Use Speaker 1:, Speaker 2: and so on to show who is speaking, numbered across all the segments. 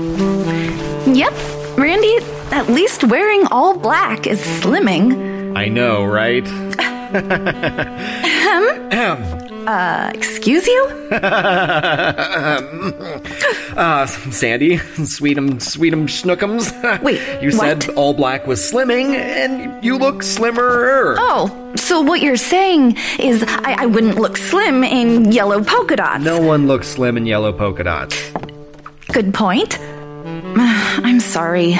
Speaker 1: Yep, Randy, at least wearing all black is slimming.
Speaker 2: I know, right?
Speaker 1: Uh, excuse you?
Speaker 2: Uh, Sandy, Sweetum, Sweetum Schnookums.
Speaker 1: Wait,
Speaker 2: you said
Speaker 1: what?
Speaker 2: all black was slimming, and you look slimmer.
Speaker 1: Oh, so what you're saying is I, I wouldn't look slim in yellow polka dots.
Speaker 2: No one looks slim in yellow polka dots.
Speaker 1: Good point. I'm sorry.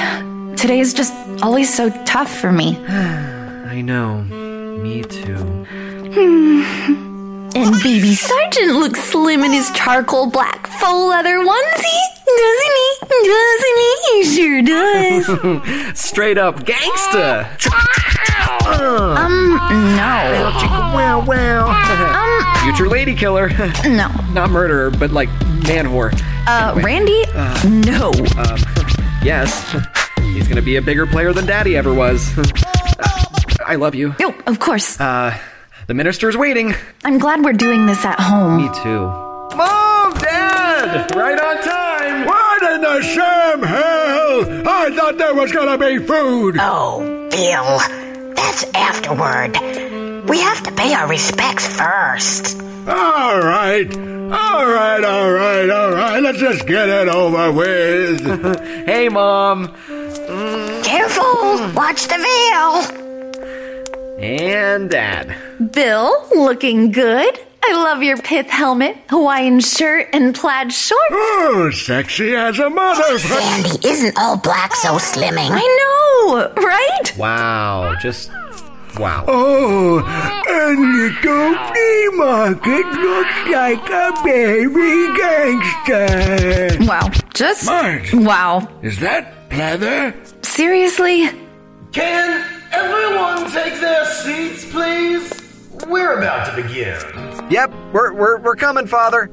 Speaker 1: Today is just always so tough for me.
Speaker 2: I know. Me too.
Speaker 1: And baby Sergeant looks slim in his charcoal black faux leather onesie, doesn't he? Doesn't he? He sure does.
Speaker 2: Straight up gangsta.
Speaker 1: um, no.
Speaker 2: Wow, um, wow. Future lady killer.
Speaker 1: No.
Speaker 2: Not murderer, but like man whore.
Speaker 1: Uh, Randy? no.
Speaker 2: Yes. He's gonna be a bigger player than daddy ever was. I love you.
Speaker 1: No, Oh, of course.
Speaker 2: Uh, the minister's waiting.
Speaker 1: I'm glad we're doing this at home.
Speaker 2: Me too. Mom, Dad, right on time.
Speaker 3: What in the sham hell? I thought there was gonna be food.
Speaker 4: Oh, Bill, that's afterward. We have to pay our respects first.
Speaker 3: All right, all right, all right, all right. Let's just get it over with.
Speaker 2: Hey, Mom.
Speaker 4: Careful, watch the veil.
Speaker 2: And Dad.
Speaker 1: Bill, looking good. I love your pith helmet, Hawaiian shirt, and plaid shorts.
Speaker 3: Oh, sexy as a motherfucker.
Speaker 4: Sandy, isn't all black so slimming?
Speaker 1: I know, right?
Speaker 2: Wow. Just wow.
Speaker 3: Oh, and Nico Market looks like a baby gangster.
Speaker 1: Wow. Just.
Speaker 3: Marge.
Speaker 1: Wow.
Speaker 3: Is that pleather?
Speaker 1: Seriously?
Speaker 5: Can everyone take their seats, please? We're about to begin.
Speaker 2: Yep. We're we're we're coming, Father.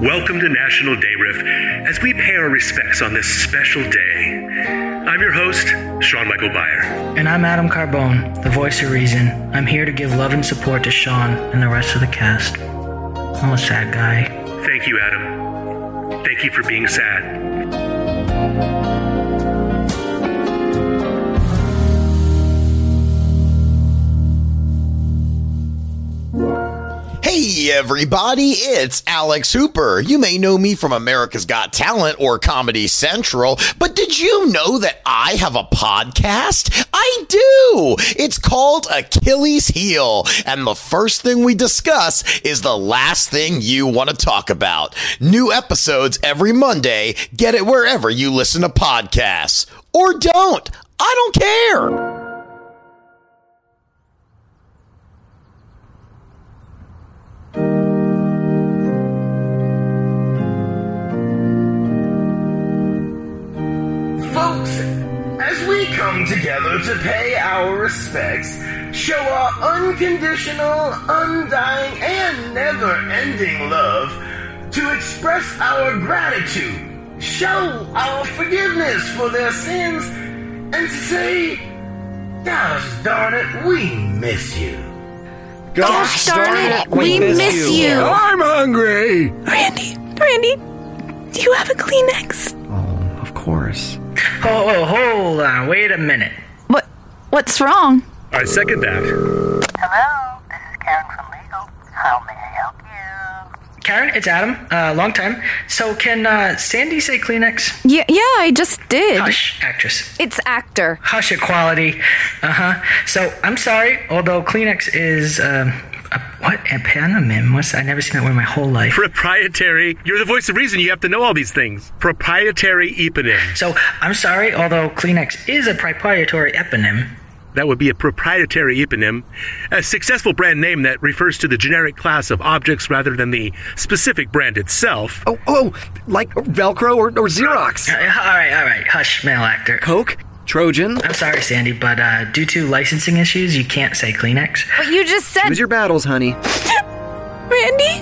Speaker 6: Welcome to National Day Riff as we pay our respects on this special day. I'm your host, Sean Michael Byer.
Speaker 7: And I'm Adam Carbone, the voice of reason. I'm here to give love and support to Sean and the rest of the cast. I'm a sad guy.
Speaker 6: Thank you, Adam. Thank you for being sad.
Speaker 8: Hey everybody, it's Alex Hooper. You may know me from America's Got Talent or Comedy Central, but did you know that I have a podcast? I do! It's called Achilles Heel, and the first thing we discuss is the last thing you want to talk about. New episodes every Monday. Get it wherever you listen to podcasts. Or don't. I don't care.
Speaker 5: Folks, as we come together to pay our respects, show our unconditional, undying, and never ending love, to express our gratitude, show our forgiveness for their sins, and to say, Gosh darn it, we miss you.
Speaker 4: Gosh darn it,
Speaker 1: we miss you.
Speaker 2: Oh,
Speaker 3: I'm hungry.
Speaker 1: Randy, Randy, do you have a Kleenex?
Speaker 2: Oh, of course.
Speaker 7: Oh, oh, hold on. Wait a minute.
Speaker 1: What? What's wrong?
Speaker 6: I second that.
Speaker 4: Hello, this is Karen from Legal. How may I help you?
Speaker 7: Karen, it's Adam. Uh, long time. So can uh, Sandy say Kleenex?
Speaker 1: Yeah, yeah, I just did.
Speaker 7: Hush, actress.
Speaker 1: It's actor.
Speaker 7: Hush equality. Uh huh. So I'm sorry, although Kleenex is um, a, what a panonym. What's I never seen that word in my whole life.
Speaker 6: Proprietary. You're the voice of reason. You have to know all these things. Proprietary eponym.
Speaker 7: So I'm sorry, although Kleenex is a proprietary eponym.
Speaker 6: That would be a proprietary eponym, a successful brand name that refers to the generic class of objects rather than the specific brand itself.
Speaker 2: Oh, oh, like Velcro or, or Xerox.
Speaker 7: Uh, All right, all right. Hush, male actor.
Speaker 2: Coke, Trojan.
Speaker 7: I'm sorry, Sandy, but uh, due to licensing issues, you can't say Kleenex.
Speaker 1: But you just said,
Speaker 2: Choose your battles, honey.
Speaker 1: Randy,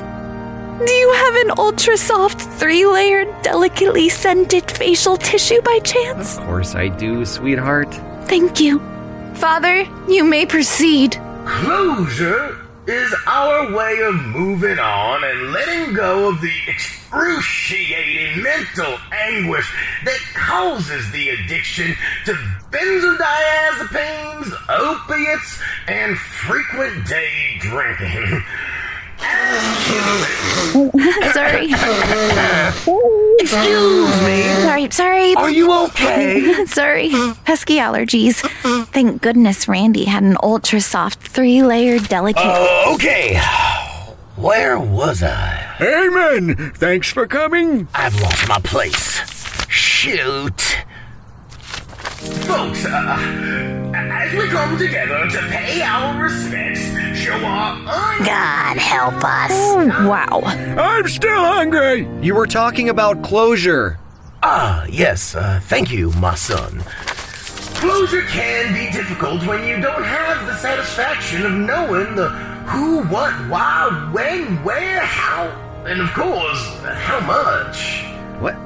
Speaker 1: do you have an ultra soft, three layered, delicately scented facial tissue by chance?
Speaker 2: Of course I do, sweetheart.
Speaker 1: Thank you. Father, you may proceed.
Speaker 5: Closure is our way of moving on and letting go of the excruciating mental anguish that causes the addiction to benzodiazepines, opiates, and frequent day drinking.
Speaker 1: sorry. Excuse me. Sorry, sorry.
Speaker 5: Are you okay?
Speaker 1: Sorry. Pesky allergies. Thank goodness Randy had an ultra soft, three layer delicate.
Speaker 5: Uh, okay. Where was I?
Speaker 3: Amen. Thanks for coming.
Speaker 5: I've lost my place. Shoot. Folks, uh, as we come together to pay our respects, show our un-
Speaker 4: God help us.
Speaker 1: Oh, wow.
Speaker 3: I'm still hungry.
Speaker 2: You were talking about closure.
Speaker 5: Ah, yes, uh, thank you, my son. Closure can be difficult when you don't have the satisfaction of knowing the who, what, why, when, where, how, and of course, how much.
Speaker 2: What?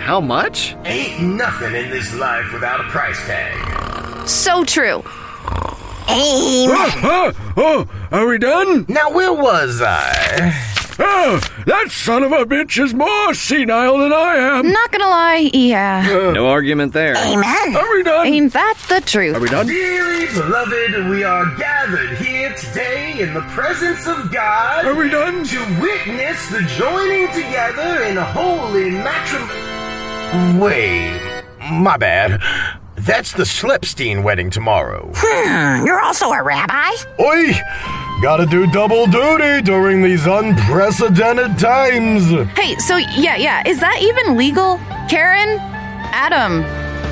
Speaker 2: How much?
Speaker 5: Ain't nothing in this life without a price tag.
Speaker 1: So true.
Speaker 4: Aim.
Speaker 3: Ah, oh, are we done?
Speaker 5: Now, where was I?
Speaker 3: Oh, that son of a bitch is more senile than I am.
Speaker 1: Not gonna lie, yeah.
Speaker 3: Uh.
Speaker 2: No argument there.
Speaker 4: Amen.
Speaker 3: Are we done?
Speaker 1: Ain't that the
Speaker 2: Are
Speaker 1: truth?
Speaker 2: we done?
Speaker 5: Dearly beloved, we are gathered here today in the presence of God.
Speaker 3: Are we done?
Speaker 5: To witness the joining together in holy matrimony. Wait, my bad. That's the Schlepstein wedding tomorrow.
Speaker 4: You're also a rabbi?
Speaker 5: Oi! Gotta do double duty during these unprecedented times.
Speaker 1: Hey, so yeah, yeah. Is that even legal? Karen? Adam?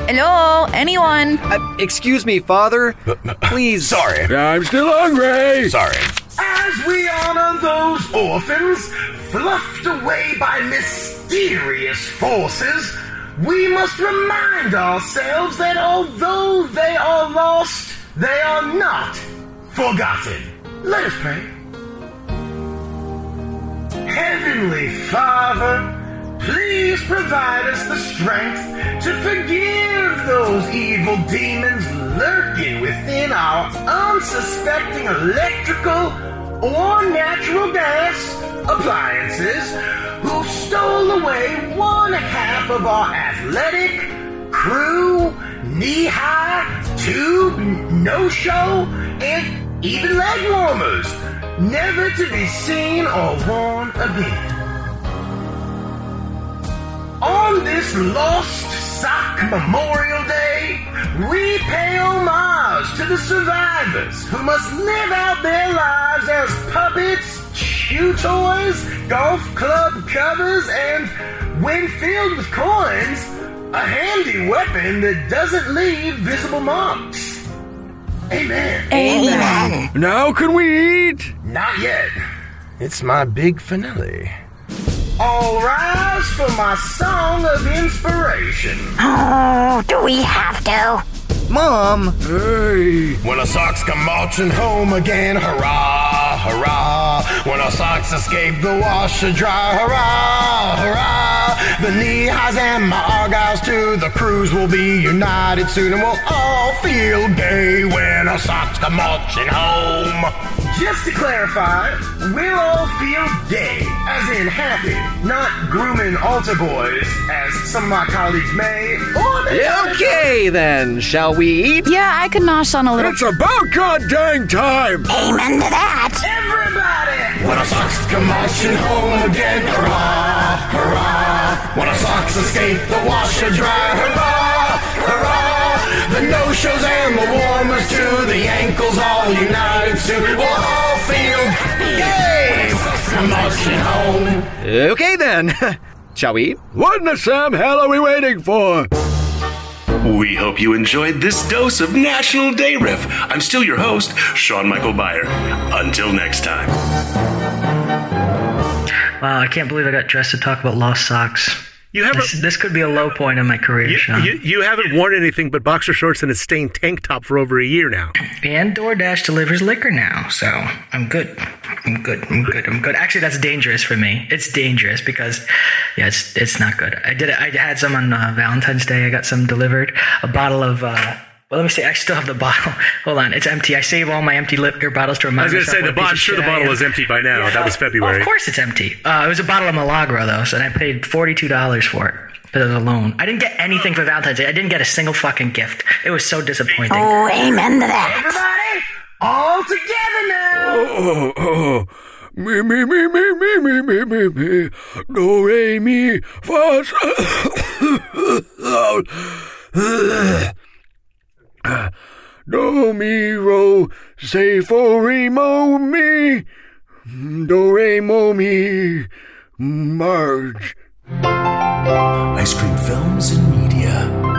Speaker 1: Hello? Anyone?
Speaker 2: Uh, excuse me, Father.
Speaker 3: Uh,
Speaker 2: Please.
Speaker 5: Sorry.
Speaker 3: I'm still hungry.
Speaker 5: Sorry. As we honor those orphans fluffed away by mysterious forces, we must remind ourselves that although they are lost, they are not forgotten. Let us pray. Heavenly Father, please provide us the strength to forgive those evil demons lurking within our unsuspecting electrical or natural gas appliances who stole away one half of our athletic, crew, knee high, tube, no show, and even leg warmers, never to be seen or worn again. On this Lost Sock Memorial Day, we pay homage to the survivors who must live out their lives as puppets, chew toys, golf club covers, and, when filled with coins, a handy weapon that doesn't leave visible marks. Amen.
Speaker 4: Amen.
Speaker 3: Now can we eat?
Speaker 5: Not yet. It's my big finale. All rise for my song of inspiration.
Speaker 4: Oh, do we have to?
Speaker 2: Mom.
Speaker 3: Hey.
Speaker 5: When our socks come marching home again, hurrah, hurrah. When our socks escape the washer dry, hurrah, hurrah. The knee highs and my argyles too. The crews will be united soon and we'll all feel gay when our socks come marching home. Just to clarify, we'll all feel gay, as in happy, not grooming altar boys, as some of my colleagues may, or may not
Speaker 2: Okay, then. Shall we eat?
Speaker 1: Yeah, I could nosh on a little.
Speaker 3: It's about goddamn time.
Speaker 4: Amen to that.
Speaker 5: Everybody! When our socks come marching home again, hurrah, hurrah! When our socks escape the washer dry, hurrah, hurrah! The no-shows and the warmers too, the ankles all united soon. We'll all feel yay! When our socks come marching home.
Speaker 2: Okay, then. Shall we eat?
Speaker 3: What in the Sam hell are we waiting for?
Speaker 6: We hope you enjoyed this dose of National Day Riff. I'm still your host, Sean Michael Byer. Until next time.
Speaker 7: Wow, I can't believe I got dressed to talk about lost socks.
Speaker 9: You haven't.
Speaker 7: This, this could be a low point in my career,
Speaker 9: You,
Speaker 7: Sean.
Speaker 9: you, you haven't worn anything but boxer shorts and a stained tank top for over a year now.
Speaker 7: And DoorDash delivers liquor now, so I'm good. I'm good. I'm good. I'm good. Actually, that's dangerous for me. It's dangerous because, yeah, it's it's not good. I did. I had some on uh, Valentine's Day. I got some delivered. A bottle of uh, Well, let me see. I still have the bottle. Hold on, it's empty. I save all my empty liquor bottles to
Speaker 10: I was
Speaker 7: remind
Speaker 10: going to
Speaker 7: myself
Speaker 10: say
Speaker 7: what
Speaker 10: the
Speaker 7: a piece
Speaker 10: bottle.
Speaker 7: of
Speaker 10: Sure, the
Speaker 7: shit I
Speaker 10: bottle
Speaker 7: am.
Speaker 10: is empty by now. That was
Speaker 7: Oh,
Speaker 10: February.
Speaker 7: of course, it's empty. Uh, it was a bottle of Milagro though, so I paid forty-two dollars for it. Because it was a loan. I didn't get anything for Valentine's Day. I didn't get a single fucking gift. It was so disappointing.
Speaker 4: Oh, amen to that.
Speaker 5: Everybody, all together now.
Speaker 6: Oh, oh, me, me, me, me, me, me, me, me, me, do, re, mi, fa, sol. Do, mi, ro, se, fo, re, mo, mi, do, re, mo, mi, march.
Speaker 11: Ice Cream Films and Media.